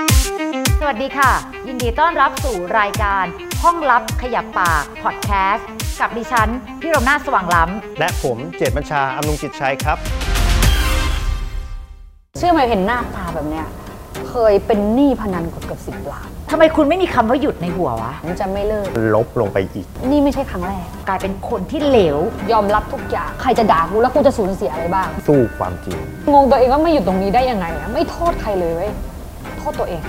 วัสดีค่ะ ยินดีต้อนรับสู่รายการ ห้องลับขยับปากพอดแคสต์กับดิฉันพี่รมนาถสว่างล้ และผมเจตบัญชาอำนุกิจชัยครับ เชื่อไหมเห็นหน้าตาแบบเนี้ยเคยเป็นหนี้พนันกว่าเกือบสิบล้าน ำทำไมคุณไม่มีคำว่าหยุดในหัววะ ผมจะไม่เลิก ลบลงไปอีก นี่ไม่ใช่ครั้งแรก กลายเป็นคนที่เหลวย อมรับทุกอย่าง ใครจะด่ากูแล้วกูจะสูญเสียอะไรบ้าง สู้ความจริง งงตัวเองว่าไม่อยู่ตรงนี้ได้ยังไงอะไม่โทษใครเลยเว้ยโทษตัวเอง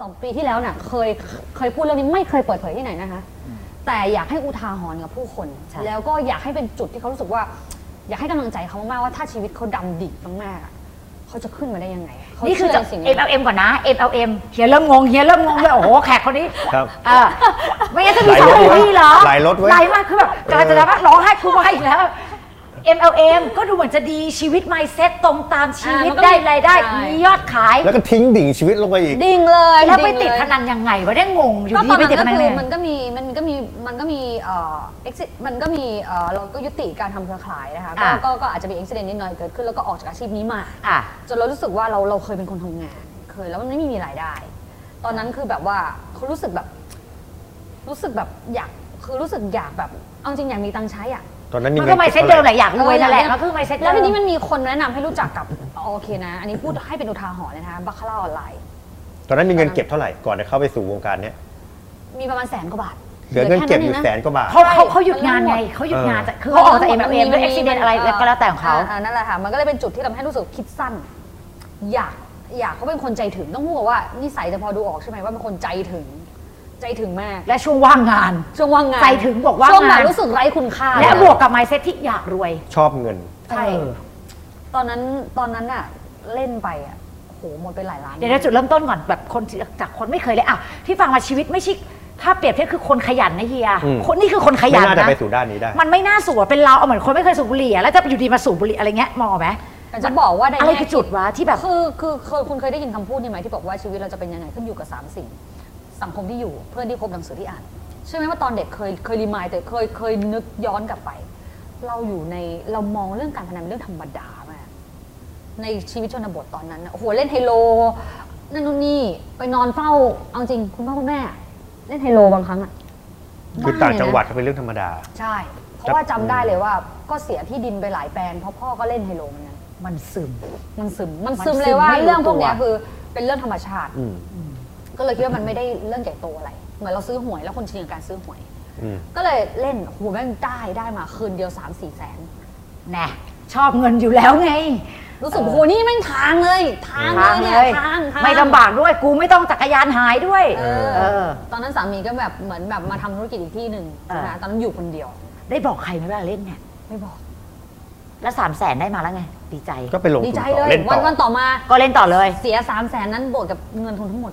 สองปีที่แล้วน่ะเคยเคยพูดเรื่องนี้ไม่เคยเปิดเผยที่ไหนนะคะ แต่อยากให้อุทาหรณ์กับผู้คน แล้วก็อยากให้เป็นจุดที่เขารู้สึกว่า อยากให้กำลังใจเขามากๆว่าถ้าชีวิตเขาดำดิ่งมากๆอะเขาจะขึ้นมาได้ยังไงเขา นี่คือ เชื่ จะ อสิ่งนี้ MLM ก่อนนะ MLM เฮียเริ่มงงเฮียเริ่มงงเลยโอ้โหแขกคนนี้ ครับ เออไม่งั้นจะมีสอง หคลายรถนที่เหรอ หลายรถเว้ย หลายมากคือแบบกำลังจะแบบร้องไห้คุณว่าอีกแล้ว MLM ก็ดูเหมือนจะดีชีวิต mindset ตรงตามชีวิต อ่ามันก็มี ได้รายได้ ใช่ มียอดขาย แล้วก็ทิ้งดิ่งชีวิตลงไปอีก ดิ่งเลย แล้วไป งเย ติดพนันยังไงวะได้งงอยู่ ก็ต ดี อน ไป นั้น ติดพก็นัน คื เล อย มันก็มีมันก็มีมันก็มีเอ่อ exit มันก็มีเอ่อเราก็ยุติการทำเครือข่ายนะคะก็ ะ ก็ก็อาจจะมีอุบิเหตุนิดหน่อยเกิดขึ้นแล้วก็ออกจากอาชีพนี้มา อ่ะ จนเรารู้สึกว่าเราเราเคยเป็นคนทำงาน เคยแล้วมันไม่มีรายได้ ตอนนั้นคือแบบว่าเขารู้สึกแบบ รู้สึกแบบอยากคือรู้สึกอยากแบบเอาจริงอยากมีตังค์ใช้อ่ะ ตอนนั้นมี มัน เงิ ก็ น ไม่ เก็บ เซ็ต เท่า เดิม ไห แห ร่ ละอยากรวยนั่นแหละ เอออยาก มันคือไม่เซ็ตเดิ แล้ว ม ทีนี้มันมีคนแนะนำให้รู้จักกับอ๋อโอเคนะ อันนี้พูดให้เป็นอุทาหรณ์เลยนะคะบัคคาร่าออนไลน์ ตอนนั้นมีเงินเก็บเท่าไหร่ก่อนจะเข้าไปสู่วงการเนี้ย มีประมาณแสนกว่าบาท เหลือเงินเก็บ แค่ อยู่ งะ แสนกว่าบาท เขาเขา ใช่ เขาหยุดงานไง มันเขาหเรื่องหมดยุดงาน เออ จากคือเขาออกจากเอ็มเอ็มด้วยอุบิเหตุอะไรก็แล้วแต่ของเขา นั่นแหละค่ะ มันก็เลยเป็นจุดที่ทำให้รู้สึกคิดสั้น อยาก อยากเขาเป็นคนใจถึง ต้องพูดว่านิสัยจะพอดูออกใช่ไหมว่าเป็นคนใจถึง ใจถึงมาก และช่วงว่างงาน ช่วงว่างงาน ใจถึงบอกว่างาน ช่วงแบบรู้สึกไร้คุณค่า และบวกกับไมเซ็ตที่อยากรวย ชอบเงิน ใช่ เออ ตอนนั้น ตอนนั้นอะเล่นไปอะโห หมดไปหลายล้าน เดี๋ยวเราจุดเริ่มต้นก่อนแบบคนที่จากคนไม่เคยเลยอ่ะที่ฟังมาชีวิตไม่ใช่ถ้าเปรียบเทียบคือคนขยันนะเฮีย อืม คนนี่คือคนข ไม่ ยัน น่าจะ นะ ไปสู่ด้านนี้ได้ มันไม่น่าสูบเป็นเราเอาเหมือนคนไม่เคยสูบบุหรี่อะแล้วจะอยู่ดีมาสูบบุหรี่อะไรเงี้ยมองออกไหม แต่จะบอกว่าใน อะไร แง่ คือจุดวะที่แบบ คือคือเคยคุณเคยได้ยินคำพูดนี่ไหมที่บอกว่าชีวิตเราจะเป็นยังไงขึ้นอยู่กับสามสิ่ง สังคมที่อยู่เพื่อนที่คบหนังสือที่อ่านเชื่อไหมว่าตอนเด็กเคยเคยรีมายแต่เคยเคยนึกย้อนกลับไป เราอยู่ในเรามองเรื่องการพนันเป็นเรื่องธรรมดามากในชีวิตชนบทตอนนั้นน่ะโอ้โหเล่นไฮโลนั่นนู่นนี่ไปนอนเฝ้าเอาจริงคุณพ่อคุณแม่ เล่นไฮโลบางครั้งอะ คือ บ้ ต่าง เลยนะ จังหวัดก็เป็นเรื่องธรรมดา ใช่ เพราะว่าจำได้เลยว่าก็เสียที่ดินไปหลายแปลงเพราะพ่อก็เล่นไฮโลเหมือนกัน มันซึม มันซึม มัน มัน ซึม ซึม เลยว่า ไม่รู้ เรื่องพวกเนี้ย ตัว คือเป็นเรื่องธรรมชาติ อืม ก็เลยคิดว่ามันไม่ได้เรื่องใหญ่โตอะไร เหมือนเราซื้อหวยแล้วคนชินกับการซื้อหวย อืม ก็เลยเล่นโอ้โหูแม่งได้ได้มาคืนเดียว3ามสี่แสน แน่ชอบเงินอยู่แล้วไง รู้สึก เออ โอ้โหนี่แม่งทางเลย ทางเลยเนี่ยทางทาง ไม่ลำบากด้วยกูไม่ต้องจักรยานหายด้วย เอ เอ อ อ ตอนนั้นสามีก็แบบเหมือนแบบมาทำธุรกิจอีกที่หนึ่ง เออ นะตอนนั้นอยู่คนเดียว ได้บอกใครไหมว่าเล่นเนี่ย ไม่บอก แล้วสามแสนได้มาแล้วไง ดีใจ ก็ไปลง ดี ทุน ใจ ต่ เล อย เล่น วั ต่ น อ วันต่อมา ก็เล่นต่อเลย เสีย3ามแสนนั้นบวกกับเงินทุนทั้งหมด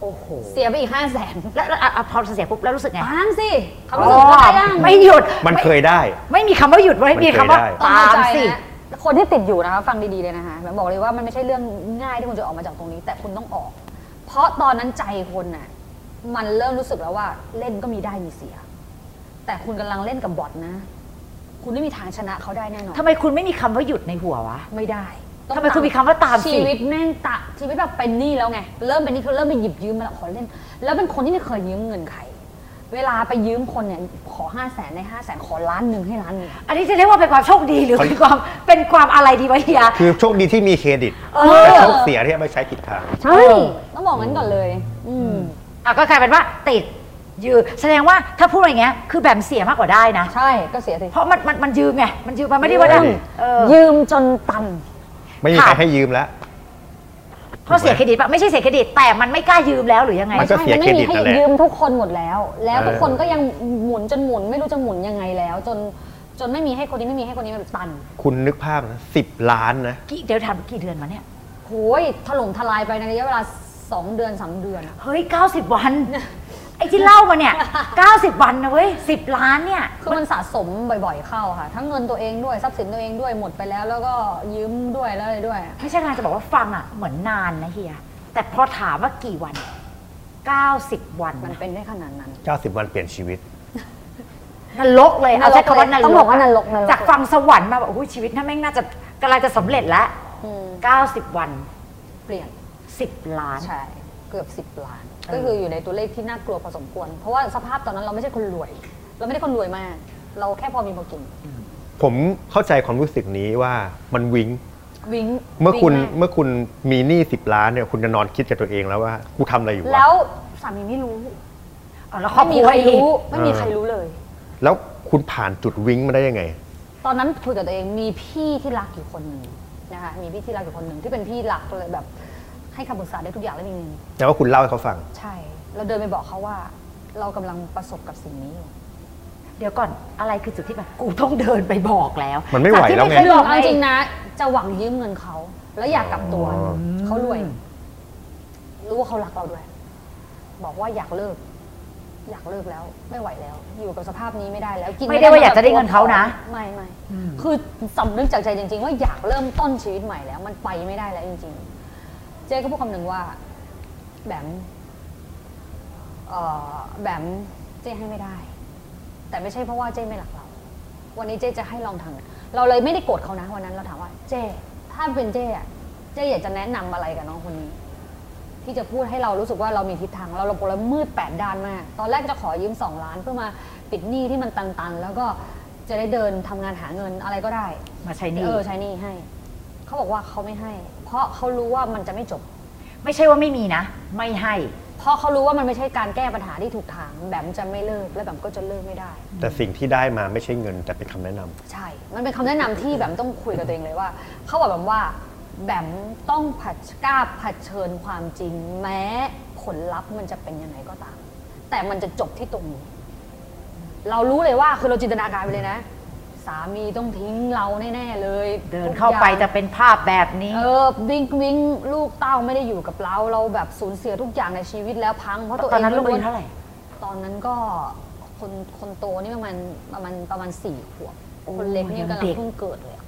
โอ้โห เสียไปอีกห้าแสน แล้วแล้วอ่ะอ่ะพอเสียปุ๊บแล้วรู้สึกไง ตามสิเขารู้สึกว่าได้ยัง ไม่หยุด มันเคยได้ ไม่มีคำว่าหยุดไว้ มันเคย มีคำว่า ได้ ต้อง ตา เข้าม ใจ สิ นะคนที่ติดอยู่นะคะฟังดีๆเลยนะคะแบบบอกเลยว่ามันไม่ใช่เรื่องง่ายที่คุณจะออกมาจากตรงนี้ แต่คุณต้องออก เพราะตอนนั้นใจคนน่ะมันเริ่มรู้สึกแล้วว่าเล่นก็มีได้มีเสีย แต่คุณกำลังเล่นกับบอทนะ คุณไม่มีทางชนะเขาได้แน่นอน ทำไมคุณไม่มีคำว่าหยุดในหัววะ ไม่ได้ ทำไมคุณมีคำว่าตามสิ ชีวิตแม่งตะชีวิตแบบเป็นหนี้แล้วไงเริ่มเป็นหนี้คือเริ่มไปหยิบยืมมาแล้วขอเล่น แล้วเป็นคนที่ไม่เคยยืมเงินใครเวลาไปยืมคนเนี่ยขอห้าแสนในห้าแสนขอล้านหนึ่งให้ล้านหนึ่ง อันนี้จะเรียกว่าเป็นความโชคดีหรือเป็นความเป็นความอะไรดีวะเฮีย คือโชคดีที่มีเครดิต เออ แต่โชคเสียที่เอาไปใช้ผิดทาง ใช่ เออ ต้องบอกงั้นก่อนเลย อืม อ่ะก็กลายเป็นว่าติดยืมแสดงว่าถ้าพูดอย่างเงี้ยคือแบบเสียมากกว่าได้นะ ใช่ก็เสียสิ เพราะมันมันมันยืมไง มันยืมมันไม่ได้ว่าได้ ยืม เออ ยืมจนตัน ไม่มีใครให้ยืมแล้ว เพราะเสียเครดิตปะไม่ใช่เสียเครดิตแต่มันไม่กล้ายืมแล้วหรือยังไง มันก็เสีย มัน เคร ไม่ ดิ มี ต ให้ นั่นแหละ ยืมทุกคนหมดแล้ว แล้ว เออ ทุกคนก็ยังหมุนจนหมุนไม่รู้จะหมุนยังไงแล้ว จนจนไม่มีให้คนนี้ไม่มีให้คนนี้มันตัน คุณนึกภาพนะสิบล้านนะ กี่เดี๋ยวถามกี่เดือนมาเนี่ย โหยถล่มทลายไปในระยะเวลา สองเดือนสามเดือน เฮ้ย 90 วัน ไอ้ที่เล่ามา เนี่ย 90 วันนะเว้ย 10 ล้านเนี่ย คือมันสะสมบ่อยๆเข้าค่ะ ทั้งเงินตัวเองด้วยทรัพย์สินตัวเองด้วยหมดไปแล้ว แล้วก็ยืมด้วยแล้วอะไรด้วย ไม่ใช่กำลังจะบอกว่าฟังอ่ะ เหมือนนานนะเฮีย แต่พอถามว่ากี่วัน 90 วัน มัน นะ เป็นได้ขนาดนั้น 90 วันเปลี่ยยนชีวิต นรกเลย เอาใช้คำว่านรก ต้องบอกว่านรกนรก จากฟังสวรรค์มาแบบโอ้ยชีวิตน่าแม่งน่าจะกำลังจะสำเร็จแล้ว อืม 90 วัน เปลี่ยน 10 ล้าน ใช่ เกือบ 10 ล้าน เออ ก็คืออยู่ในตัวเลขที่น่ากลัวพอสมควร เพราะว่าสภาพตอนนั้นเราไม่ใช่คนรวย เราไม่ได้คนรวยมาก เราแค่พอมีพอกิน ผมเข้าใจความรู้สึกนี้ว่ามันวิง วิง เมื่อคุณ วิ้งมาก เมื่อคุณมีหนี้10 ล้านเนี่ยคุณจะนอนคิดกับตัวเองแล้วว่ากูทำอะไรอยู่วะ แล้วสามีไม่รู้ เอาแล้วครอบคไม่มี รัว ใคร อีก รู้ ไม่มี เออ ใครรู้เลย แล้วคุณผ่านจุดวิงมาได้ยังไง ตอนนั้นคุยกับตัวเองมีพี่ที่รักอยู่คนหนึ่งนะคะมีพี่ที่รักอยู่คนหนึ่งที่เป็นพี่หลักเลยแบบ ให้คำปรึกษาได้ทุกอย่างและมีเงิน แต่ว่าคุณเล่าให้เขาฟัง ใช่ เราเดินไปบอกเขาว่า เรากำลังประสบกับสิ่งนี้อยู่ เดี๋ยวก่อนอะไรคือจุดที่แบบกูต้องเดินไปบอกแล้ว มันไม่ไหว จากที่ แล้วไง เคย เรื่ บ อ อง ก เอา ไง จริงนะ จะหวังยืมเงินเขา แล้วอยากกลับตัว อ๋อ เขารวย รู้ว่าเขารักเราด้วย บอกว่าอยากเลิก อยากเลิกแล้ว ไม่ไหวแล้ว อยู่กับสภาพนี้ไม่ได้แล้วกิน ไม่ได้ว่าอยากจะได้เงินเขานะ ไม่ไม่คือสำนึกจากใจจริง ๆ ว่าอยากเริ่มต้นชีวิตใหม่แล้ว มันไปไม่ได้แล้วจริง ๆ เจ๊ก็พูดคำหนึ่งว่า แบบเอ่อแบบเจ๊ให้ไม่ได้ แต่ไม่ใช่เพราะว่าเจ๊ไม่รักเรา วันนี้เจ๊จะให้ลองทางเราเลยไม่ได้โกรธเขานะวันนั้นเราถามว่า เจ๊ถ้าเป็นเจ๊อะเจ๊อยากจะแนะนำอะไรกับน้องคนนี้ ที่จะพูดให้เรารู้สึกว่าเรามีทิศทางเราเราโปรแล้วมืดแปดด้านมาก ตอนแรกจะขอยืมสองล้านเพื่อมาปิดหนี้ที่มันตันๆ แล้วก็จะได้เดินทำงานหาเงินอะไรก็ได้ มาใช้หนี่ เออใช้หนี้ให้ เขาบอกว่าเขาไม่ให้ เพราะเขารู้ว่ามันจะไม่จบ ไม่ใช่ว่าไม่มีนะ ไม่ให้ เพราะเขารู้ว่ามันไม่ใช่การแก้ปัญหาที่ถูกทางแบมจะไม่เลิกและแบมก็จะเลิกไม่ได้ แต่สิ่งที่ได้มาไม่ใช่เงินแต่เป็นคำแนะนำ ใช่ มันเป็นคำแนะนำที่แบมต้องคุยกับตัวเองเลยว่า เขาบอกแบมว่า แบมต้องเผดกล้าเผชิญความจริง แม้ผลลัพธ์มันจะเป็นยังไงก็ตาม แต่มันจะจบที่ตรงนี้ เรารู้เลยว่าคือเราจินตนาการไปเลยนะ สามีต้องทิ้งเราแน่ๆเลย เดินเข้าไป ทุกอย่ จะ ง เป็นภาพแบบนี้ เออวิ่งวิ่งลูกเต้าไม่ได้อยู่กับเรา เราแบบสูญเสียทุกอย่างในชีวิตแล้วพังเพราะตัวเอง ตอนนั้นลูกอา ล้ ยุ วนๆ เท่าไหร่ ตอนนั้นก็คนคนโตนี่ประมาณประมาณประมาณสี่ขวบ โอ้ คนเล็กนี่ ยัง กำลั เด็ ง ก เพิ่งเกิดเลยอะ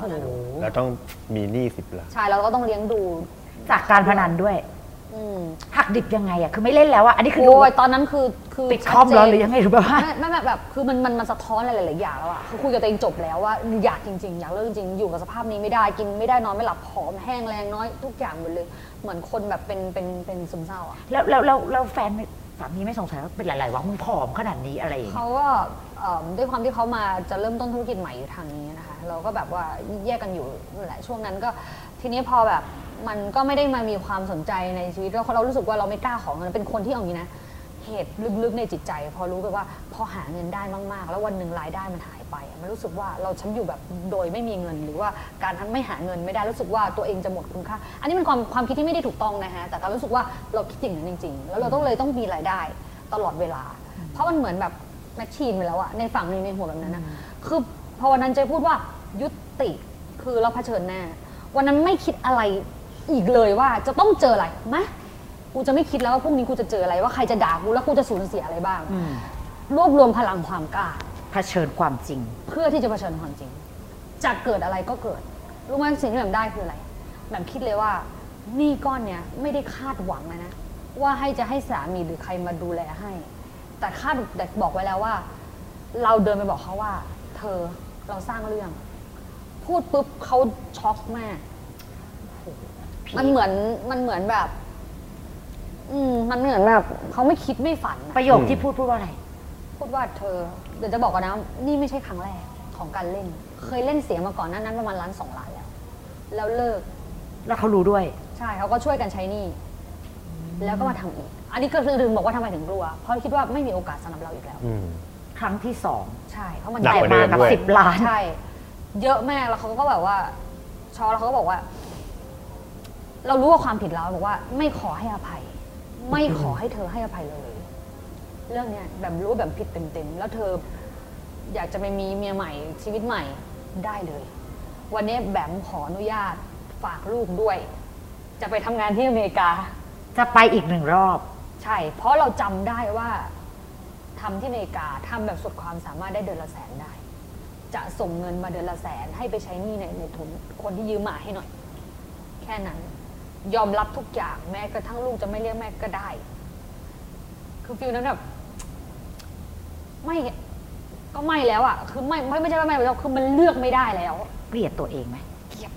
ตอนนั้นอะ แล้วต้องมีหนี้สิบล้าน ใช่แล้วเราก็ต้องเลี้ยงดู จากการพนันด้วย อืม หักดิบยังไงอ่ะ คือไม่เล่นแล้วอ่ะ อันนี้คือดู โอ้ยตอนนั้นคือคือ ปิดคอมแล้วหรือยัง ไง ไงหรือแบบว่า ไม่ไม่แบบคือมันมันมันสะท้อนอะไรหลายๆอย่างแล้วอะคือคุยกับตัวเองจบแล้วว่าอยากจริง ๆ อยากเลิกจริงๆอยู่กับสภาพนี้ไม่ได้กินไม่ได้นอนไม่หลับผอมแห้งแรงน้อยทุกอย่างหมดเลย เหมือนคนแบบเป็นเป็นเป็นซึมเศร้าอะ แล้วแล้วแล้วแล้วแฟนไม่สามีไม่สงสัยว่าเป็นอะไรวะมึงผอมขนาดนี้อะไรอย่างเงี้ย เขาก็เอิ่มด้วยความที่เขามาจะเริ่มต้นธุรกิจใหม่อยู่ทางนี้นะคะ เราก็แบบว่าแยกกันอยู่นั่นแหละช่วงนั้นก็ทีนี้พอแบบมันก็ไม่ได้มามีความสนใจในชีวิตแล้วเรารู้สึกว่าเราไม่กล้าของเงินเป็นคนที่เอาอย่างนี้นะเหตุลึกๆในจิตใจ พอรู้แบบว่าพอหาเงินได้มากๆ แล้ววันหนึ่งรายได้มันหายไป มันรู้สึกว่าเราฉันอยู่แบบโดยไม่มีเงิน หรือว่าการทั้งไม่หาเงินไม่ได้รู้สึกว่าตัวเองจะหมดคุณค่าอันนี้เป็นความความคิดที่ไม่ได้ถูกต้องนะฮะแต่เรารู้สึกว่าเราคิดอย่างนั้นจริง ๆ แล้วเราต้องเลยต้องมีรายได้ ตลอดเวลา เพราะมันเหมือนแบบแมชชีนไปแล้วอะในฝั่งหนึ่งในหัวแบบนั้นอะคือพอวันนั้นเจ๊พูดว่ายุติคือเราเผชิญหน้า วันนั้นไม่คิดอะไรอีกเลยว่าจะต้องเจออะไรมะกูจะไม่คิดแล้วว่าพรุ่งนี้กูจะเจออะไรว่าใครจะด่ากูแล้วกูจะสูญเสียอะไรบ้าง อืม รวบรวมพลังความกล้า เผชิญความจริง เพื่อที่จะเผชิญความจริง จะเกิดอะไรก็เกิด รู้ไหมสิ่งที่แบบได้คืออะไรแบบคิดเลยว่าหนี่ก้อนเนี้ยไม่ได้คาดหวังเลยนะ ว่าให้จะให้สามีหรือใครมาดูแลให้ แต่คาดแต่บอกไว้แล้วว่า เราเดินไปบอกเขาว่า เธอเราสร้างเรื่อง พูดปุ๊บเขาช็อกมาก มันเหมือนมันเหมือนแบบ อืมมันเหมือนแบบเขาไม่คิดไม่ฝันอะ ประโยคที่พูดพูดว่าอะไร พูดว่าเธอเดี๋ยวจะบอกก่อนนะ นี่ไม่ใช่ครั้งแรกของการเล่น เคยเล่นเสียมาก่อนหนั้นนั้นประมาณล้านสองล้านแล้ว แล้วเลิก แล้วเขารู้ด้วย ใช่เขาก็ช่วยกันใช้หนี่ แล้วก็มาทำอีก อันนี้ก็คือถึงบอกว่าทำไมถึงกลัว เพราะคิดว่าไม่มีโอกาสสำหรับเราอีกแล้ว อืม ครั้งที่สอง ใช่เพราะมัน หนัก แต่ กว่ มา เดิม กับ ด้วย สิบล้าน ใช่ เยอะมากแล้วเขาก็แบบว่าชอแล้วเขาก็บอกว่า เรารู้ว่าความผิดเราบอกว่า ไม่ขอให้อภัย ไม่ขอให้เธอให้อภัยเลย เรื่องเนี้ยแบบรู้ว่าแบบผิดเต็มๆแล้วเธอ อยากจะไปมีเมียใหม่ชีวิตใหม่ได้เลย วันนี้แบมขออนุญาตฝากลูกด้วย จะไปทำงานที่อเมริกา จะไปอีกหนึ่งรอบ ใช่ เพราะเราจำได้ว่าทำที่อเมริกาทำแบบสุดความสามารถได้เดือนละแสนได้ จะส่งเงินมาเดือนละแสนให้ไปใช้หนี้ในในทุนคนที่ยืมมาให้หน่อย แค่นั้น ยอมรับทุกอย่างแม้กระทั่งลูกจะไม่เรียกแม่ก็ได้ คือฟิลนั้นแบบไม่ก็ไม่แล้วอะคือไม่ไม่ไม่ใช่ว่าไม่แล้วคือมันเลือกไม่ได้แล้ว เกลียดตัวเองไหม เกลียด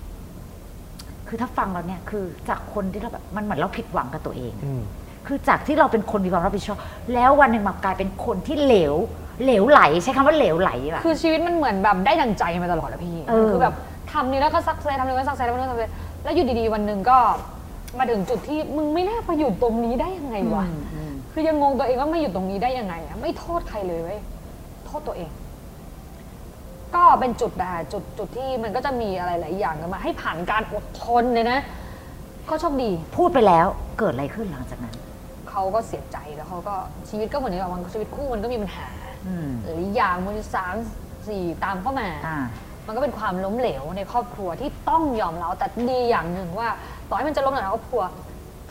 คือถ้าฟังเราเนี่ยคือจากคนที่เราแบบมันเหมือนเราผิดหวังกับตัวเอง อืม คือจากที่เราเป็นคนมีความรับผิดชอบ แล้ววันหนึ่งมากลายเป็นคนที่เหลว เหลวไหลใช้คำว่าเหลวไหลดีกว่า คือชีวิตมันเหมือนแบบได้ดังใจมาตลอดอะพี่ เออ คือแบบทำนี่แล้วก็ซักเซสทำนี่แล้วก็ซักเซสทำนี่แล้วก็ซักเซสแล้วอยู่ดีๆวันหนึ่งก็มาถึงจุดที่มึงไม่น่าไปอยู่ตรงนี้ได้ยังไงวะคือยังงงตัวเองว่าไม่อยู่ตรงนี้ได้ยังไงอะไม่โทษใครเลยเว้ยโทษตัวเอง ก็เป็นจุดอะจุดจุดที่มันก็จะมีอะไรหลายอย่างกันมา ให้ผ่านการอดทนเลยนะ ก็โชคดี พูดไปแล้วเกิดอะไรขึ้นหลังจากนั้น เขาก็เสียใจแล้วเขาก็ชีวิตก็เหมือนกับมันชีวิตคู่มันก็มีปัญหา อืม หลายอย่างมันสามสี่ตามเข้ามา อ่า มันก็เป็นความล้มเหลวในครอบครัวที่ต้องยอมรับแต่ดีอย่างหนึ่งว่า ต่อให้มันจะล้มเหลวในครอบครัว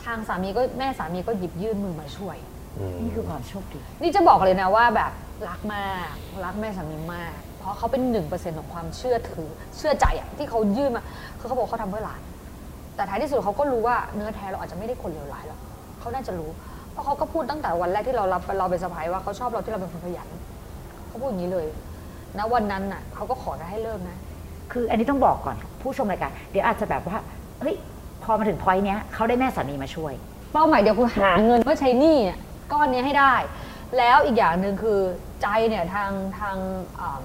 ทางสามีก็แม่สามีก็หยิบยื่นมือมาช่วย อืม นี่คือความโชคดี นี่จะบอกเลยนะว่าแบบรักมากรักแม่สามีมาก เพราะเขาเป็นหนึ่งเปอร์เซ็นต์ของความเชื่อถือ เชื่อใจอะที่เขายื่นมาคือเขาบอกเขาทำเพื่อหลาน แต่ท้ายที่สุดเขาก็รู้ว่าเนื้อแท้เราอาจจะไม่ได้คนเลวร้ายหรอกเขาน่าจะรู้ เพราะเขาก็พูดตั้งแต่วันแรกที่เรารับเราเป็นสะพ้ายว่าเขาชอบเราที่เราเป็นคนขยันเขาพูดอย่างนี้เลยนะวันนั้นน่ะเขาก็ขอนะให้เลิกนะ คืออันนี้ต้องบอกก่อนผู้ชมรายการเดี๋ยวอาจจะแบบว่าเฮ้ยพอมาถึงพอยต์เนี้ยเขาได้แม่สามีมาช่วย เป้าหมายเดียวคือหาเงินเพื่อใช้หนี้อะก้อนเนี้ยให้ได้ แล้วอีกอย่างหนึ่งคือใจเนี่ยทางทางอ่า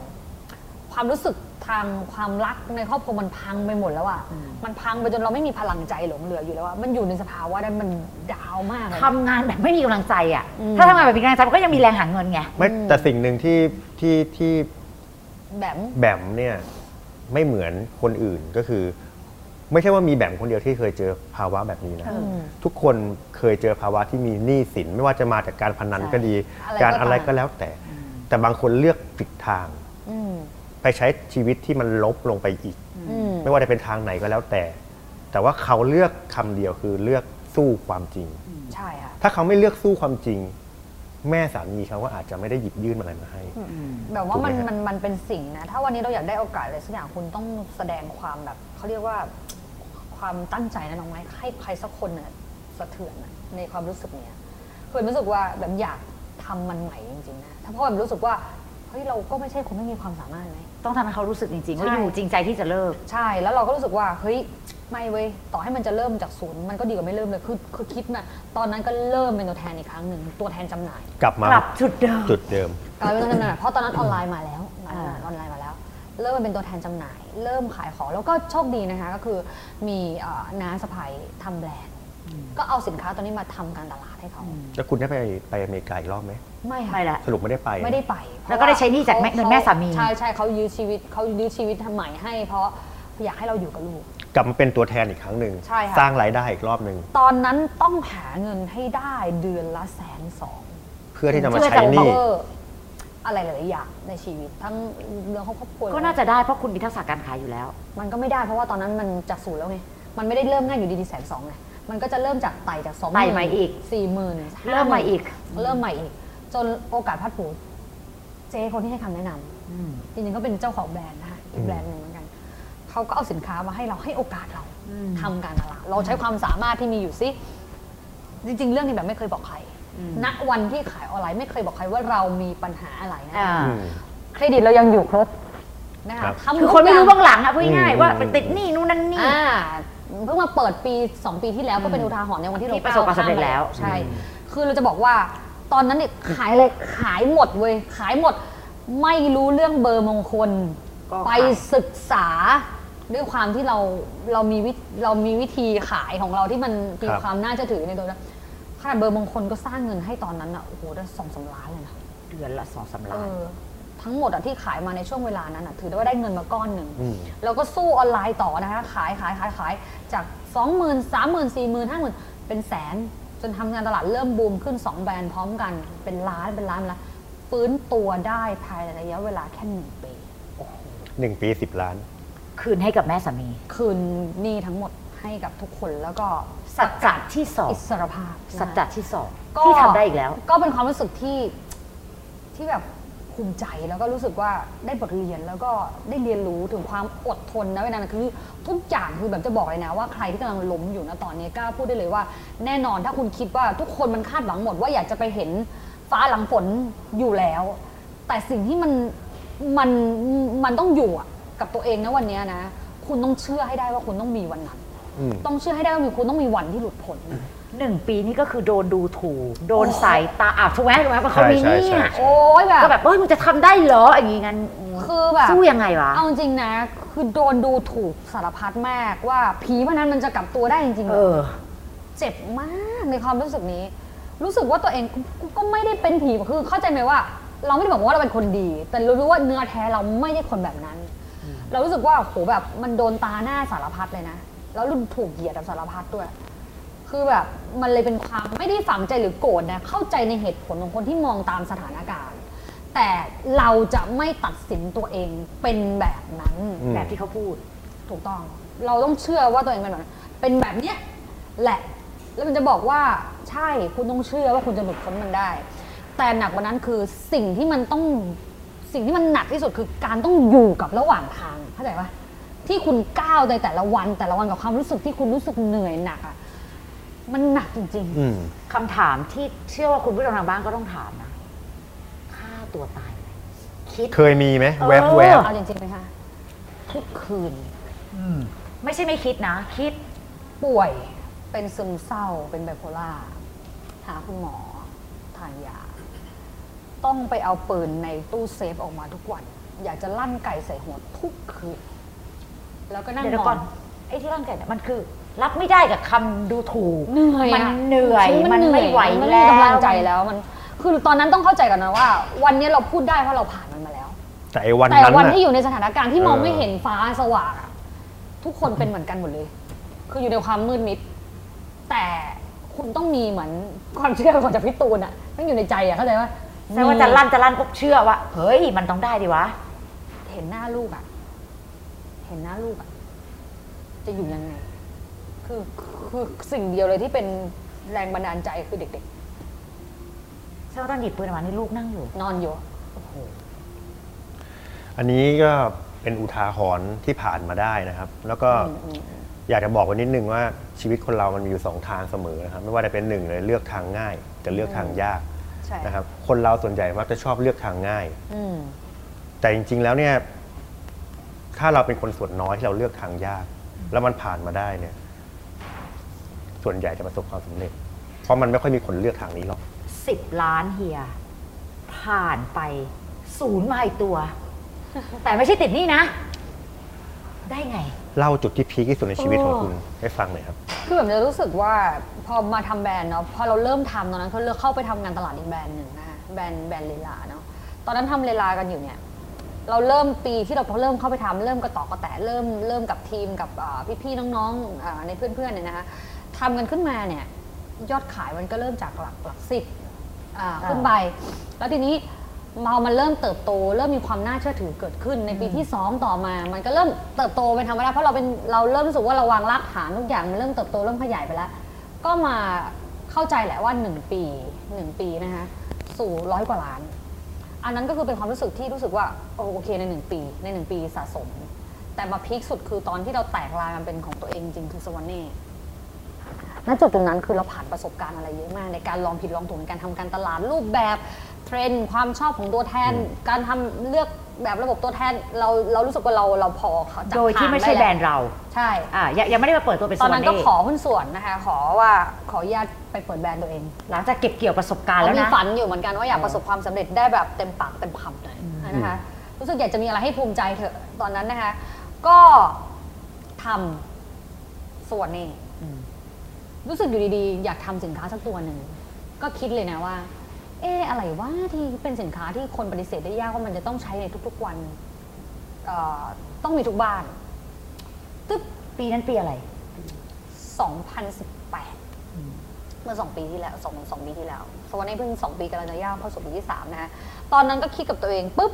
ความรู้สึกทางความรักในครอบครัวมันพังไปหมดแล้วอะ่ะมันพังไปจนเราไม่มีพลังใจหลงเหลืออยู่แล้วอะมันอยู่ในสภาวะนั้นมันดาวมากเลย ทำงานแบบไม่มีกำลังใจอ่ะ อืม ถ้าทำงานแบบมีกำลังใจมันก็ยังมีแรงหาเงินไง ไม่แต่สิ่งหนึ่งที่ที่ที่ แบบ แบมเนี่ยไม่เหมือนคนอื่นก็คือ ไม่ใช่ว่ามีแบมคนเดียวที่เคยเจอภาวะแบบนี้นะ เออ ม ทุกคนเคยเจอภาวะที่มีหนี้สิน ไม่ว่าจะมาจากการพนันก็ดี ใช่อะไรก็ การอะไร ตาม ก็แล้วแต่ แต่บางคนเลือกผิดทาง อืม ไปใช้ชีวิตที่มันลบลงไปอีก อืม ไม่ว่าจะเป็นทางไหนก็แล้วแต่ แต่ว่าเขาเลือกคำเดียวคือเลือกสู้ความจริง ใช่ค่ะ ถ้าเขาไม่เลือกสู้ความจริง แม่สามีเขาก็อาจจะไม่ได้หยิบยื่นอะไรมาให้ แบบว่ามัน ถูกไหมฮะ มันมันเป็นสิ่งนะ ถ้าวันนี้เราอยากได้โอกาสอะไรสักอย่างคุณต้องแสดงความแบบเขาเรียกว่าความตั้งใจนะน้องไม้ให้ใครสักคนน่ะสะเทือนน่ะในความรู้สึกเนี้ยเคยรู้สึกว่าแบบอยากทำมันใหม่จริงๆนะถ้าเพราะแบบรู้สึกว่าเฮ้ยเราก็ไม่ใช่คนไม่มีความสามารถไหม ต้องทำให้เขารู้สึกจริงๆ ว่า ใช่ อยู่จริงใจที่จะเลิก ใช่แล้วเราก็รู้สึกว่าเฮ้ยไม่เว้ยต่อให้มันจะเริ่มจากศูนย์มันก็ดีกว่าไม่เริ่มเลยคือคือคิดนะตอนนั้นก็เริ่มเป็นตัวแทนอีกครั้งหนึ่งตัวแทนจำหน่าย กลับมาก ลับจุดเดิม จุดเดิม กลายเป็นตัวแทนจำหน่ายเพราะตอนนั้นออนไลน์มาแล้วอ อ่า อนไลน์มาแล้ว เริ่มมาเป็นตัวแทนจำหน่าย เริ่มขายของแล้วก็โชคดีนะคะ ก็คือมีเอ่อน้าสะพายทำแบรนด์ ก็เอาสินค้าตัวนี้มาทำการตลาดให้เขา แล้วคุณได้ไปไปอเมริกาอีกรอบไหม ไม่ค่ะ ไปละ สรุปไม่ได้ไป ไม่ได้ไป แล้วก็ได้ใช้หนี้จากแม่ พระว่ เงินแม่สามี ใช่ใช่เขายื้อชีวิตเขายื้อชีวิตทำใหม่ให้ เพราะอยากให้เราอยู่กับลูก กลับมาเป็นตัวแทนอีกครั้งหนึ่ง ใช่ค่ะ สร้างรายได้อีกรอบหนึ่ง ตอนนั้นต้องหาเงินให้ได้เดือนละแสนสอง เพื่อที่จะมา เพื่อ ใช้ จะ ห เพื่อ นี้ จะ cover อะไรหลายๆอย่างในชีวิต ทั้งเรื่องของครอบครัว ก็น่าจะได้เพราะคุณมีทักษะการขายอยู่แล้ว มันก็ไม่ได้เพราะว่าตอนนั้นมันจากศูนย์แล้วไง มันไม่ได้เริ่มง่ายอยู่ดีๆแสนสองไง มันก็จะเริ่มจากไต่จากสอง ไต่มาอีก สี่หมื่น เริ่มมาอีก เริ่มใหม่อีก จนโอกาสพัดผูเจ๊คนที่ให้คำแนะนำจริงๆเขาเป็นเจ้าของแบรนด์นะคะอีกแบรนด์หนึ่งเหมือนกัน เขาก็เอาสินค้ามาให้เราให้โอกาสเราทำการตลาดเราใช้ความสามารถที่มีอยู่สิ จริง ๆ เรื่องนี้แบบไม่เคยบอกใคร ณ วันที่ขายออนไลน์ไม่เคยบอกใครว่าเรามีปัญหาอะไรนะ อ่า คะเครดิตเรายังอยู่ครบนะ ครับคะทำ คือ ทุก คนไม่รู้ ย่าง เบื้องหลังอ่ะพูดง่าย อื ๆ ม ว่าไปติดหนี้นู่นนั่นนี่ อ่าเพิ่งมาเปิดปี 2 ปีที่แล้วก็เป็นอุทาหรณ์ในวันที่ ที่ เรา ประสบความ ก้ สำเร็จ ข้ม แล้ว ใช่ คือเราจะบอกว่าตอนนั้นเนี่ยขายเลยขายหมดเว้ยขายหมดไม่รู้เรื่องเบอร์มงคล ไปศึกษาด้วยความที่เราเรามีวิเรามีวิธีขายของเราที่มันมี ครับ ความน่าเชื่อถือในตัวนะขนาดเบอร์มงคลก็สร้างเงินให้ตอนนั้นอ่ะโอ้โหได้สองสามล้านเลยนะ เดือนละสองสาม เอ ล้าน อทั้งหมดอะที่ขายมาในช่วงเวลานั้นอะถือได้ว่าได้เงินมาก้อนหนึ่ง อืม แล้วก็สู้ออนไลน์ต่อนะคะขายขายขายขายจาก 2 0 0 0 0 3 0 0 0 0 4 0 0 0 0 50,000 เป็นแสน จนทำงานตลาดเริ่มบูมขึ้น 2 แบรนด์พร้อมกัน เป็นล้านเป็นล้านเป็นล้านฟื้นตัวได้ภายในระยะเวลาแค่หนึ่งปี หนึ่งปีสิบล้าน คืนให้กับแม่สามี คืนหนี้ทั้งหมดให้กับทุกคนแล้วก็ สัจจะที่สอง อิสรภาพนะคะ สัจจะที่สอง ก็ ที่ทำได้อีกแล้ว ก็เป็นความรู้สึกที่ที่แบบภูมิใจแล้วก็รู้สึกว่าได้บทเรียนแล้วก็ได้เรียนรู้ถึงความอดทนนะเวลานั้นคือทุกอย่างคือแบบจะบอกเลยนะว่าใครที่กำลังล้มอยู่นะตอนนี้กล้าพูดได้เลยว่า แน่นอนถ้าคุณคิดว่าทุกคนมันคาดหวังหมดว่าอยากจะไปเห็นฟ้าหลังฝนอยู่แล้ว แต่สิ่งที่มันมันมันต้องอยู่อะกับตัวเองนะวันเนี้ยนะ คุณต้องเชื่อให้ได้ว่าคุณต้องมีวันนั้น อืม ต้องเชื่อให้ได้ว่าคุณต้องมีวันที่หลุดพ้น หนึ่งปีนี่ก็คือโดนดูถูก โดนสายตาอาบถูกไหมถูกไหมเพราะเขามี ใช่ เนี่ยใช่ใช่ โอ้ยแบบ ก็แบบเอ้ยมึงจะทำได้เหรออย่างงี้งั้น คือแบบ สู้ยังไงวะ เอาจริงๆนะ คือโดนดูถูกสารพัดมากว่าผีพวกนั้นมันจะกลับตัวได้จริงเอๆเหรอ อ เจ็บมากในความรู้สึกนี้ รู้สึกว่าตัวเองก็ก็ไม่ได้เป็นผีคือเข้าใจไหมว่า เราไม่ได้บอกว่าเราเป็นคนดี แต่เรารู้ว่าเนื้อแท้เราไม่ใช่คนแบบนั้น เรารู้สึกว่าโหแบบมันโดนตาหน้าสารพัดเลยนะแล้วรุนถูกเหยียดแบบสารพัดด้วย คือแบบมันเลยเป็นความไม่ได้ฝังใจหรือโกรธนะเข้าใจในเหตุผลของคนที่มองตามสถานการณ์ แต่เราจะไม่ตัดสินตัวเองเป็นแบบนั้น อืม แบบที่เขาพูด ถูกต้อง เราต้องเชื่อว่าตัวเองเป็นแบบนั้นเป็นแบบเนี้ยแหละ แล้วมันจะบอกว่าใช่ คุณต้องเชื่อว่าคุณจะหลุดพ้นมันได้ แต่หนักกว่านั้นคือสิ่งที่มันต้อง สิ่งที่มันหนักที่สุดคือการต้องอยู่กับระหว่างทาง เข้าใจปะที่คุณก้าวในแต่ละวัน แต่ละวันกับความรู้สึกที่คุณรู้สึกเหนื่อยหนักอะมันหนักจริง อืม คำถามที่เชื่อว่าคุณผู้ชมทางบ้านก็ต้องถามนะฆ่าตัวตายไหมคิด เคยมีไหมแวบ เอ แว อ บ ๆ เอาจริงๆไหมคะ ทุกคืน ไม่ใช่ไม่คิดนะ คิด ป่วยเป็นซึมเศร้าเป็นไบโพล่าหาคุณหมอทานยา ต้องไปเอาปืนในตู้เซฟออกมาทุกวัน อยากจะลั่นไก่ใส่หัวทุกคืน แล้วก็นั่ง เดี๋ย น ว อ ก่อน น ไอ้ที่ร่างกายเนี่ยมันคือ รับไม่ได้กับคำดูถูก เหนื่อย มั อะ เหนื่อย ชีวิต มัน เ ไม่ไหว มันไม่ แล้วมีกำลังใจแล้วมัน คือตอนนั้นต้องเข้าใจกันนะว่า วันนี้เราพูดได้เพราะเราผ่านมันมาแล้ว แต่ไอ้วัน แต่ นั้น วัน น่ะ ที่อยู่ในสถานการณ์ที่มอง เออ ไม่เห็นฟ้าสว่างอะทุกคนเป็นเหมือนกันหมดเลย คืออยู่ในความมืดมิด แต่คุณต้องมีเหมือนความเชื่อของจากพี่ตูนอะต้องอยู่ในใจอะเข้าใจว่า แสดงว่าจะลั่นจะลั่นก็เชื่อว่าเฮ้ยมันต้องได้ดิวะ เห็นหน้าลูกอะเห็นหน้าลูกอะจะอยู่ยังไง คือคือสิ่งเดียวเลยที่เป็นแรงบันดาลใจคือเด็ก ใช่ว่าตอนหยิบปืนออกมานี่ลูกนั่งอยู่ ๆ นอนอยู่ อันนี้ก็เป็นอุทาหรณ์ที่ผ่านมาได้นะครับ แล้วก็อยากจะบอกไว้นิดนึงว่าชีวิตคนเรามันมีอยู่สองทางเสมอนะครับ ไม่ว่าจะเป็นหนึ่งเลยเลือกทางง่ายกับเลือกทางยาก ใช่ นะครับ คนเราส่วนใหญ่มักจะชอบเลือกทางง่าย อืม แต่จริง ๆ แล้วเนี่ยถ้าเราเป็นคนส่วนน้อยที่เราเลือกทางยาก แล้วมันผ่านมาได้เนี่ย ส่วนใหญ่จะประสบความสำเร็จ เพราะมันไม่ค่อยมีคนเลือกทางนี้หรอก 10 ล้านเฮีย ผ่านไปศูนย์มาอีกตัว แต่ไม่ใช่ติดหนี่นะ ได้ไง เล่าจุดที่พีคที่สุดในชีวิตของคุณให้ฟังหน่อยครับ คือแบบจะรู้สึกว่าพอมาทำแบรนด์เนาะพอเราเริ่มทำตอนนั้นเขาเลือกเข้าไปทำงานตลาดอีกแบรนด์หนึ่งนะคะแบรนด์แบรนด์เลลาเนาะตอนนั้นทำเลลากันอยู่เนี่ยเราเริ่มปีที่เราเริ่มเข้าไปทำเริ่มกระต่อกระแตะเริ่มเริ่มกับทีมกับอ่าพี่ๆน้องๆอ่าในเพื่อนๆเนี่ยนะคะทำกันขึ้นมาเนี่ยยอดขายมันก็เริ่มจากหลักหลักสิบอ่าขึ้นไป แล้วทีนี้เรามันเริ่มเติบโต เริ่มมีความน่าเชื่อถือเกิดขึ้นในปีที่สองต่อมา มันก็เริ่มเติบโตเป็นธรรมดาเพราะเราเป็นเราเริ่มรู้สึกว่าเราวางรากฐานทุกอย่างมันเริ่มเติบโตเริ่มขยายไปแล้ว ก็มาเข้าใจแหละว่าหนึ่งปีหนึ่งปีนะคะสู่ร้อยกว่าล้าน อันนั้นก็คือเป็นความรู้สึกที่รู้สึกว่าโอโอเคในหนึ่งปี ในหนึ่งปีสะสม แต่มาพีคสุดคือตอนที่เราแตกลายมันเป็นของตัวเองจริงคือสวรรค์เน่ ณจุดตรงนั้นคือเราผ่านประสบการณ์อะไรเยอะมาก ในการลองผิดลองถูกในการทำการตลาดรูปแบบเทรนด์ความชอบของตัวแทน การทำเลือกแบบระบบตัวแทนเราเรารู้สึกว่าเราเราพอเขาจับ โดยที่ ทาง ไม่ใช่ ด้ล้ว แบรนด์เรา ใช่ อ่ะยังยังไม่ได้มาเปิดตัวเป็น ตอนนั้นก็ ส่ว ขอหุ้นส่วนนะคะ ขอว่าขออนุญาตไปเปิดแบรนด์ตัวเอง หลังจากเก็บเกี่ยวประสบการณ์แล้ว มี นะ ฝันอยู่เหมือนกันว่าอยากประสบความสำเร็จได้แบบเต็มปากเต็มคำเลยนะคะรู้สึกอยากจะมีอะไรให้ภูมิใจเถอะตอนนั้นนะคะ ก็ทำส่วนนี้ รู้สึกอยู่ดีๆ อยากทำสินค้าสักตัวหนึ่ง ก็คิดเลยนะว่า เอออะไรว่าที่เป็นสินค้าที่คนปฏิเสธได้ยากว่ามันจะต้องใช้ในทุกๆวันเอ่อต้องมีทุกบ้านตึ๊บ ปีนั้นปีอะไร 2018 เมื่อ 2 ปีที่แล้ว2 2ปีที่แล้วสวนนี้เพิ่ง 2 ปีกำลังจะย่างเข้าสู่ปีที่ 3 นะฮะ ตอนนั้นก็คิดกับตัวเองปุ๊บ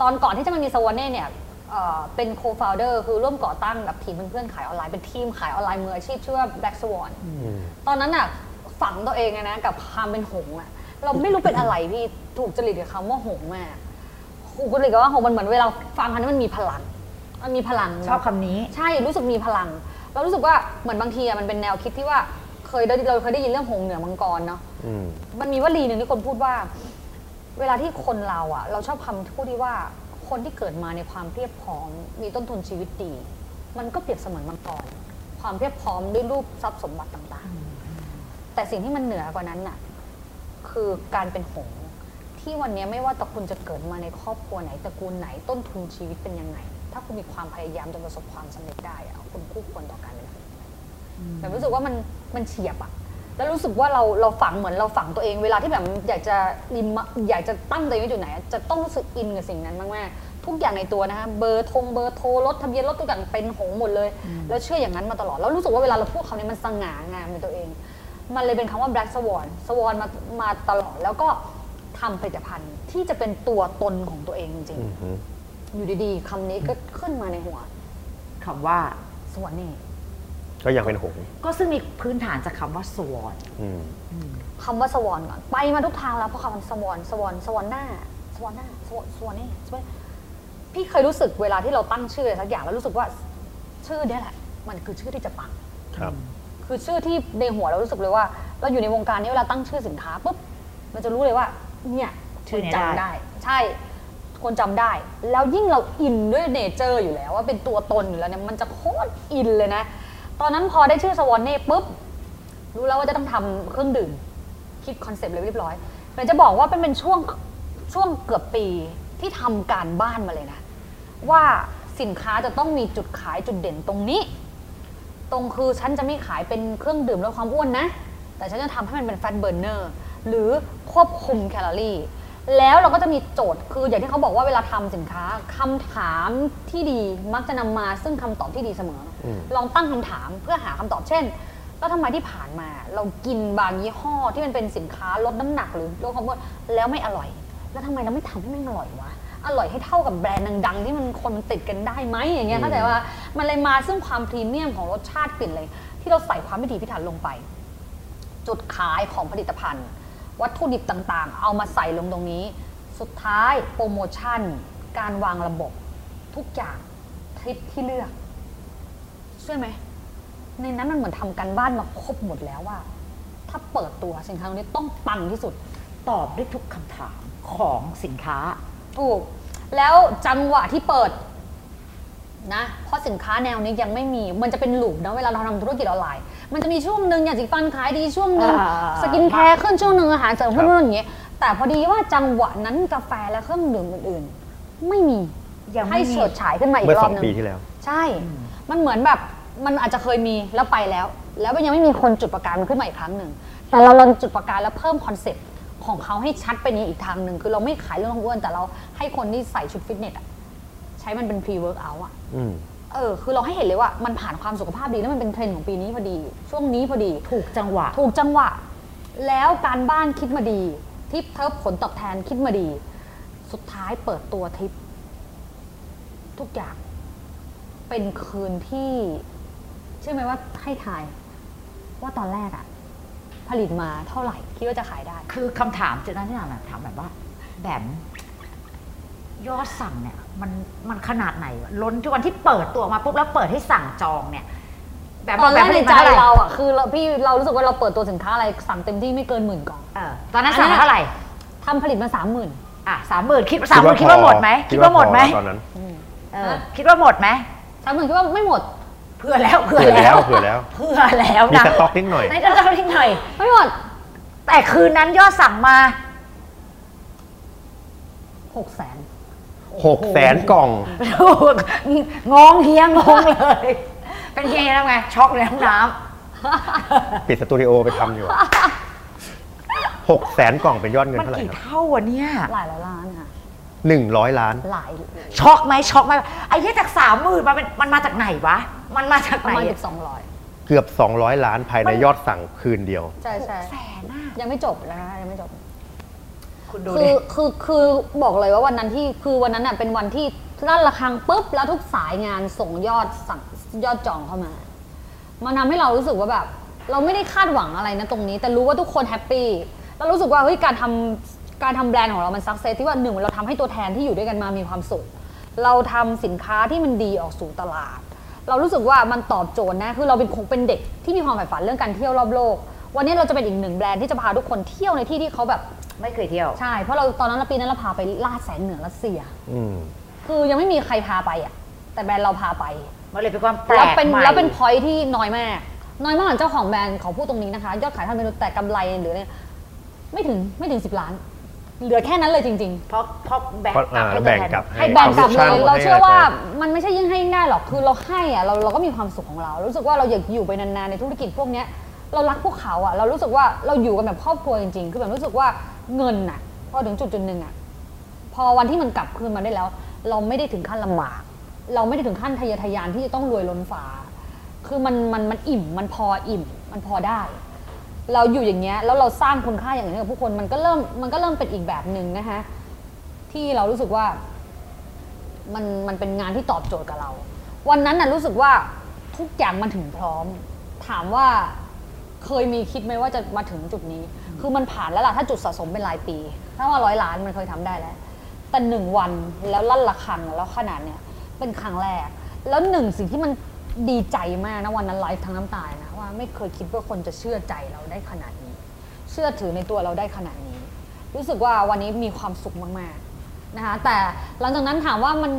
ตอนก่อนที่จะมันมีสวนเน่เนี่ย เอ่อเป็น co-founder คือร่วมก่อตั้งกับทีมเพื่อนๆขายออนไลน์เป็นทีมขายออนไลน์มืออาชีพชื่อว่า Black Swan ตอนนั้นน่ะฝังตัวเองอะนะกับความเป็นหงส์อะเราไม่รู้เป็นอะไรพี่ถูกจริตกับคำว่าหงส์มากถูกจริตกับว่าหงส์มันเหมือนเวลาฟังคำนี้มันมีพลัง มันมีพลัง ชอบคำนี้ ใช่รู้สึกมีพลัง เรารู้สึกว่าเหมือนบางทีอะมันเป็นแนวคิดที่ว่าเคยได้เราเคยได้ยินเรื่องหงส์เหนือมังกรเนาะ อืม มันมีวลีหนึ่งที่คนพูดว่า เวลาที่คนเราอะเราชอบคำพูดที่ว่าคนที่เกิดมาในความเพียบพร้อม มีต้นทุนชีวิตดี มันก็เปรียบเสมือนมังกรความเพียบพร้อมด้วยรูปทรัพย์สมบัติต่างๆ แต่สิ่งที่มันเหนือกว่านั้นน่ะคือการเป็นหงส์ที่วันนี้ไม่ว่าตระกูลจะเกิดมาในครอบครัวไหนตระกูลไหนต้นทุนชีวิตเป็นยังไง ถ้าคุณมีความพยายามจนประสบความสำเร็จได้อะคุณคู่ควรต่อการเป็นหงส์ แบบรู้สึกว่ามันมันเฉียบอะแล้วรู้สึกว่าเราเราฝังเหมือนเราฝังตัวเองเวลาที่แบบอยากจะริมอยากจะตั้งตัวเองไว้จุดไหนอะจะต้องรู้สึกอินกับสิ่งนั้นมากๆทุกอย่างในตัวนะคะเบอร์ทงเบอร์โทรรถทะเบียนรถทุกอย่างเป็นหงส์หมดเลย แล้วเชื่ออย่างนั้นมาตลอด แล้วรู้สึกว่าเวลาเราพูดคำนี้มันสง่างามในตัวเอง มันเลยเป็นคำว่า black swan swan มามาตลอดแล้วก็ทำผลิตภัณฑ์ที่จะเป็นตัวตนของตัวเองจริง อือหือ ๆอยู่ดีๆคำนี้ก็ขึ้นมาในหัว คำว่า สวนนี่ ก็ยังเป็นหงส์ ก็ซึ่งมีพื้นฐานจากคำว่าสวอน อืม คำว่าสวอนก่อนไปมาทุกทางแล้วเพราะคำว่าสวอนสวอนสวอนหน้าสวอนหน้าสวอนสวอนนี่สวอนพี่เคยรู้สึกเวลาที่เราตั้งชื่ออะไรสักอย่างแล้วรู้สึกว่าชื่อเนี่ยแหละ มันคือชื่อที่จะปัง ครับ คือชื่อที่ในหัวเรารู้สึกเลยว่า เราอยู่ในวงการนี้เวลาตั้งชื่อสินค้าปุ๊บมันจะรู้เลยว่า เนี่ยคนจำได้ ใช่ คนจำได้ แล้วยิ่งเราอินด้วยเนเจอร์อยู่แล้ว ว่าเป็นตัวตนอยู่แล้วเนี่ยมันจะโคตรอินเลยนะ ตอนนั้นพอได้ชื่อสวอนเน่ปุ๊บ รู้แล้วว่าจะต้องทำเครื่องดื่ม คิดคอนเซปต์เลยเรียบร้อยแต่จะบอกว่าเป็นเป็นช่วงช่วงเกือบปีที่ทำการบ้านมาเลยนะ ว่าสินค้าจะต้องมีจุดขายจุดเด่นตรงนี้ ตรงคือฉันจะไม่ขายเป็นเครื่องดื่มลดความอ้วนนะ แต่ฉันจะทำให้มันเป็นแฟตเบ r ร์เนอร์หรือควบคุมแคลอรี่ แล้วเราก็จะมีโจทย์คืออย่างที่เขาบอกว่าเวลาทำสินค้าคำถามที่ดีมักจะนำมาซึ่งคำตอบที่ดีเสมออ ม ลองตั้งคำถามเพื่อหาคำตอบเช่น แล้วทำไมที่ผ่านมา เรากินบางยี่ห้อที่มันเป็นสินค้าลดน้ำหนักหรือลดความอ้วนแล้วไม่อร่อย แล้วทำไมเราไม่ทำให้มันอร่อยวะอร่อยให้เท่ากับแบรนด์ดังๆ ที่มันคนมันติดกันได้ไหมอย่างเงี้ยเข้าใจว่ามันเลยมาซึ่งความพรีเมียมของรสชาติกลิ่นเลยที่เราใส่ความพิถีพิถันลงไป จุดขายของผลิตภัณฑ์ วัตถุดิบต่างๆ เอามาใส่ลงตรงนี้ สุดท้ายโปรโมชั่น การวางระบบ ทุกอย่างทริปที่เลือกเชื่อไหม ในนั้นมันเหมือนทำการบ้านมาครบหมดแล้วว่า ถ้าเปิดตัวสินค้าตัวนี้ต้องปังที่สุด ตอบด้วยทุกคำถามของสินค้า ถูก แล้วจังหวะที่เปิดนะ เพราะสินค้าแนวนี้ยังไม่มี มันจะเป็นหลุมนะเวลาเราทำธุรกิจออนไลน์ มันจะมีช่วงหนึ่งอย่างสีฟันขายดีช่วงหนึ่ง อ่า สกินแคร์ขึ้นช่วงหนึ่งอาหารเสริมขึ้นช่วงหนึ่งอย่างเงี้ย แต่พอดีว่าจังหวะนั้นกาแฟและเครื่องดื่มอื่นๆ ไม่มี ยัง ให้ ไม่มี เฉิดฉายขึ้นมาอี เมื่อกรอ สอบ ง หนึ ปี ง ที่แล้ว ใช่ มันเหมือนแบบมันอาจจะเคยมีแล้วไปแล้ว แล้วมันยังไม่มีคนจุดประกายมันขึ้นมาอีกครั้งหนึ่ง แต่เราลองจุดประกายแล้วเพิ่มคอนเซ็ปต์ของเขาให้ชัดไปในอีกทางหนึ่ง คือเราไม่ขายเรื่องอ้วนแต่เราให้คนที่ใส่ชุดฟิตเนสอะใช้มันเป็นพรีเวิร์กเอาอะ อืม เออ คือเราให้เห็นเลยว่ามันผ่านความสุขภาพดีแล้วมันเป็นเทรนด์ของปีนี้พอดี ช่วงนี้พอดี ถูกจังหวะ ถูกจังหวะ แล้วการบ้านคิดมาดี ทิปเทิบผลตอบแทนคิดมาดี สุดท้ายเปิดตัวทิป ทุกอย่าง เป็นคืนที่เชื่อไหมว่าให้ทาย ว่าตอนแรกอะผลิตมาเท่าไหร่ คิดว่าจะขายได้ คือคำถามเจนนั่นที่ถามแบบถามแบบว่า แบบยอดสั่งเนี่ย มันมันขนาดไหนวะล้นทุกวันที่เปิดตัวมาปุ๊บแล้วเปิดให้สั่งจองเนี่ย แบบ ตอนแรก บบ ใน ผลิต ใจ ภัณฑ์ท่ไห เราอะคือเราพี่เรารู้สึกว่าเราเปิดตัวสินค้าอะไรสั่งเต็มที่ไม่เกินหมื่นกล่อง เออตอนนั้น อันนั้ สั่ง น เท่าไหร่ ทำผลิตมาสามหมื่น อ่ะสามหมื่นคิดสามหมื่นคิดว่าหมดไหมคิดว่าหมดไหม ตอนนั้น เออ ฮะ คิดว่าหมดไหม สามหมื่นคิดว่าไม่หมด เผื่อแล้ว เผื่อแล้วเผื่อแล้ว เผื่อแล้ว มี นะ สต็อกนิดหน่อย ในกระเป๋าทิ้งหน่อย ไม่หมด แต่คืนนั้นยอดสั่งมา หกแสน หกแสนกล่อง ถูก งงเฮียงงเลย เป็นเฮียแล้วไง ช็อกในห้องน้ ปิดสตูดิโอไปทำ อยู่อะหกแสนกล่องเป็นยอดเงิ ำ น มัน เท่าไหร่ กี่ ครับ เท่าวะเนี่ย หลายร้อยล้านค่ะ หนึ่งร้อยล้าน หลาย ช็อกไหมช็อกไหมไอ้เหี้ยจากสามหมื่นมาเป็นมันมาจากไหนวะ มันมาจาก ประ ไหน มาณเกือบสองร้อย เกือบ 200 ล้านภายในยอดสั่งคืนเดียว ใช่ หก ใช่ แสนน่ะ ยังไม่จบนะคะยังไม่จบ คุณดู คื ดิ อคือคือบอกเลยว่าวันนั้นที่คือวันนั้นน่ะเป็นวันที่ ลั่นระฆังปุ๊บแล้วทุกสายงานส่งยอดสั่งยอดจองเข้ามา มันทำให้เรารู้สึกว่าแบบ เราไม่ได้คาดหวังอะไรนะตรงนี้ แต่รู้ว่าทุกคนแฮปปี้แล้วรู้สึกว่าเฮ้ยการทำการทำแบรนด์ของเรามันสักเซสที่ว่าหนึ่งเราทำให้ตัวแทนที่อยู่ด้วยกันมามีความสุข เราทำสินค้าที่มันดีออกสู่ตลาด เรารู้สึกว่ามันตอบโจทย์นะคือเราเป็นคงเป็นเด็กที่มีความใฝ่ฝันเรื่องการเที่ยวรอบโลก วันนี้เราจะเป็นอีกหนึ่งแบรนด์ที่จะพาทุกคนเที่ยวในที่ที่เขาแบบ ไม่เคยเที่ยว ใช่เพราะเราตอนนั้นเราปีนั้นเราพาไปล่าแสงเหนือรัสเซีย อืม คือยังไม่มีใครพาไปอ่ะ แต่แบรนด์เราพาไป มันเลยเป็นความแปล แล้ว ก เป็น ใหม่ แล้วเป็นพอยที่น้อยมาก น้อยมากเจ้าของแบรนด์ขอพูดตรงนี้นะคะ ยอดขายท่านเมนูแต่กำไรหรืออะไรไม่ถึงไม่ถึง 10 ล้าน เหลือแค่นั้นเลยจริง ๆ เพราะเพราะแบ่ง เพราะ กลับให้ตัวอ่าแบ่ทงน กลับ ให้ แบ่งกลับเล ให้คยวาม เรา รู้สึก เชื่อ ให้อะไร ว่ามันไม่ใช่ยิ่งให้ง่ายหรอก คือเราให้อะเราเราก็มีความสุขของเรา รู้สึกว่าเราอยากอยู่ไปนานๆในธุรกิจพวกเนี้ย เรารักพวกเขาอะเรารู้สึกว่าเราอยู่กันแบบครอบครัวจริงๆ คือแบบรู้สึกว่าเงินอะพอถึงจุดจุดหนึ่งอะพอวันที่มันกลับคืนมาได้แล้ว เราไม่ได้ถึงขั้นลำบาก เราไม่ได้ถึงขั้นทะเยอทะยานที่จะต้องรวยล้นฟ้า คือมันมันมันอิ่ม มันพออิ่ม มันพอได้ เราอยู่อย่างเงี้ย แล้วเราสร้างคุณค่าอย่างนี้กับผู้คน มันก็เริ่มมันก็เริ่มเป็นอีกแบบหนึ่งนะคะที่เรารู้สึกว่า มันมันเป็นงานที่ตอบโจทย์กับเรา วันนั้นน่ะรู้สึกว่าทุกอย่างมันถึงพร้อม ถามว่าเคยมีคิดไหมว่าจะมาถึงจุดนี้ คือมันผ่านแล้วล่ะ ถ้าจุดสะสมเป็นรายปี ถ้าว่าร้อยล้านมันเคยทำได้แล้ว แต่หนึ่งวันแล้วลั่นละครังแล้วขนาดเนี้ยเป็นครั้งแรก แล้วหนึ่งสิ่งที่มันดีใจมากนะวันนั้นไลฟ์ทั้งน้ำตานะว่าไม่เคยคิดว่าคนจะเชื่อใจเราได้ขนาดนี้ เชื่อถือในตัวเราได้ขนาดนี้ รู้สึกว่าวันนี้มีความสุขมากๆนะคะแต่หลังจากนั้นถามว่ามัน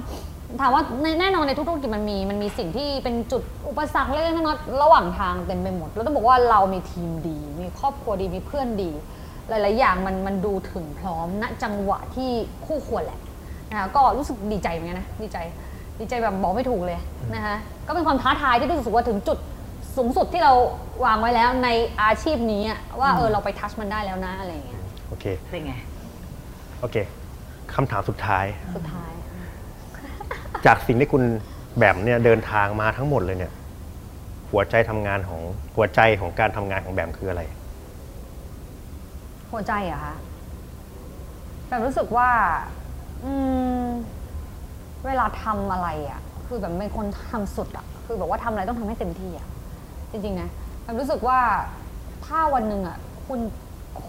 ถามว่าในแน่นอนในทุกธุรกิจมันมีมันมีสิ่งที่เป็นจุดอุปสรรคเล็กๆน้อยๆระหว่างทางเต็มไปหมดเราต้องบอกว่าเรามีทีมดี มีครอบครัวดีมีเพื่อนดี หลายๆอย่างมันมันดูถึงพร้อมณจังหวะที่คู่ควรแหละนะคะก็รู้สึกดีใจเหมือนกันนะดีใจดีใจแบบบอกไม่ถูกเลยนะคะก็เป็นความท้าทายที่รู้สึกว่าถึงจุด สูงสุดที่เราวางไว้แล้วในอาชีพนี้อะว่าเออเราไปทัชมันได้แล้วนะอะไรอย่างเงี้ย โอเค เป็นไง โอเคคำถามสุดท้าย สุดท้าย จากสิ่งที่คุณแบมเนี่ยเดินทางมาทั้งหมดเลยเนี่ย หัวใจทำงานของหัวใจของการทำงานของแบมคืออะไร หัวใจเหรอะคะแบบรู้สึกว่า อืม เวลาทำอะไรอะคือแบบเป็นคนทำสุดอะคือแบบว่าทำอะไรต้องทำให้เต็มที่อะจริงๆนะแบบรู้สึกว่าถ้าวันหนึ่งอะคุณ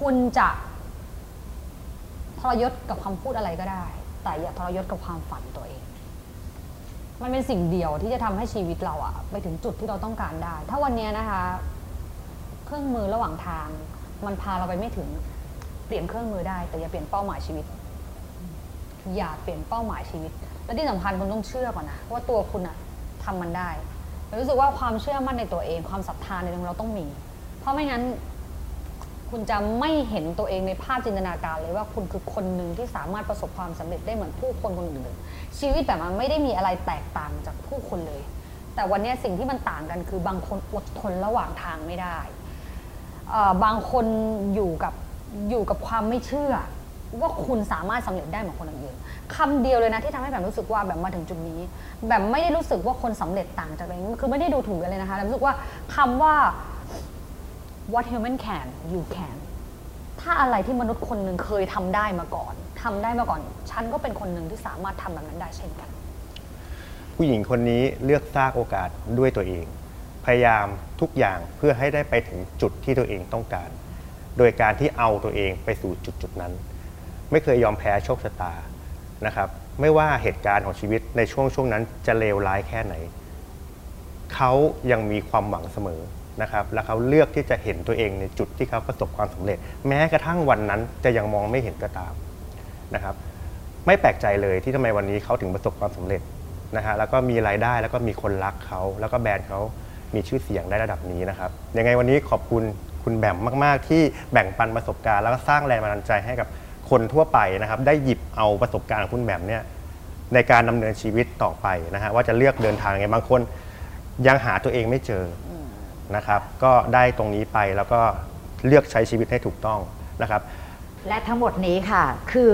คุณจะทรยศกับคำพูดอะไรก็ได้ แต่อย่าทรยศกับความฝันตัวเอง มันเป็นสิ่งเดียวที่จะทำให้ชีวิตเราอะไปถึงจุดที่เราต้องการได้ ถ้าวันเนี้ยนะคะ เครื่องมือระหว่างทาง มันพาเราไปไม่ถึง เปลี่ยนเครื่องมือได้ แต่อย่าเปลี่ยนเป้าหมายชีวิต อย่าเปลี่ยนเป้าหมายชีวิต และที่สำคัญคุณต้องเชื่อก่อนนะว่าตัวคุณอะทำมันได้เรารู้สึกว่าความเชื่อมั่นในตัวเอง ความศรัทธาในตัวเราต้องมี เพราะไม่งั้น คุณจะไม่เห็นตัวเองในภาพจินตนาการเลยว่าคุณคือคนหนึ่งที่สามารถประสบความสำเร็จได้เหมือนผู้คนคนอื่นๆชีวิตแบบมันไม่ได้มีอะไรแตกต่างจากผู้คนเลย แต่วันเนี้ยสิ่งที่มันต่างกันคือบางคนอดทนระหว่างทางไม่ได้ เอ่อบางคนอยู่กับอยู่กับความไม่เชื่อ ว่าคุณสามารถสำเร็จได้เหมือนคนอื่นคำเดียวเลยนะที่ทำให้แบบรู้สึกว่าแบบมาถึงจุดนี้ แบบไม่ได้รู้สึกว่าคนสำเร็จต่างจากตัวเองคือไม่ได้ดูถูกกันเลยนะคะแต่รู้สึกว่าคำว่า what human can you can ถ้าอะไรที่มนุษย์คนหนึ่งเคยทำได้มาก่อนทำได้มาก่อน ฉันก็เป็นคนหนึ่งที่สามารถทำแบบนั้นได้เช่นกัน ผู้หญิงคนนี้เลือกสร้างโอกาสด้วยตัวเอง พยายามทุกอย่างเพื่อให้ได้ไปถึงจุดที่ตัวเองต้องการ โดยการที่เอาตัวเองไปสู่จุดจุดๆนั้น ไม่เคยยอมแพ้โชคชะตานะครับ ไม่ว่าเหตุการณ์ของชีวิตในช่วงช่วงนั้นจะเลวร้ายแค่ไหน เขายังมีความหวังเสมอนะครับ และเขาเลือกที่จะเห็นตัวเองในจุดที่เขาประสบความสำเร็จ แม้กระทั่งวันนั้นจะยังมองไม่เห็นก็ตาม นะครับไม่แปลกใจเลยที่ทำไมวันนี้เขาถึงประสบความสำเร็จนะฮะแล้วก็มีรายได้แล้วก็มีคนรักเขา แล้วก็แบรนด์เขามีชื่อเสียงได้ระดับนี้นะครับยังไงวันนี้ขอบคุณคุณแบมมาก ๆ ที่แบ่งปันประสบการณ์ แล้วก็สร้างแรงบันดาลใจให้กับคนทั่วไปนะครับได้หยิบเอาประสบการณ์ของคุณแบมเนี่ยในการดำเนินชีวิตต่อไปนะฮะว่าจะเลือกเดินทางยังไงบางคนยังหาตัวเองไม่เจอ นะครับก็ได้ตรงนี้ไปแล้วก็เลือกใช้ชีวิตให้ถูกต้องนะครับ และทั้งหมดนี้ค่ะ คือ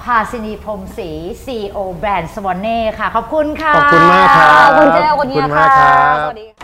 ภาสินีพรหมศรี CEO แบรนด์สวอนเน่ค่ะ ขอบคุณค่ะ ขอบคุณมากครับ ขอบคุณเจ้าคนนี้ ขอบคุณ ค่ะ มากครับ สวัสดีค่ะ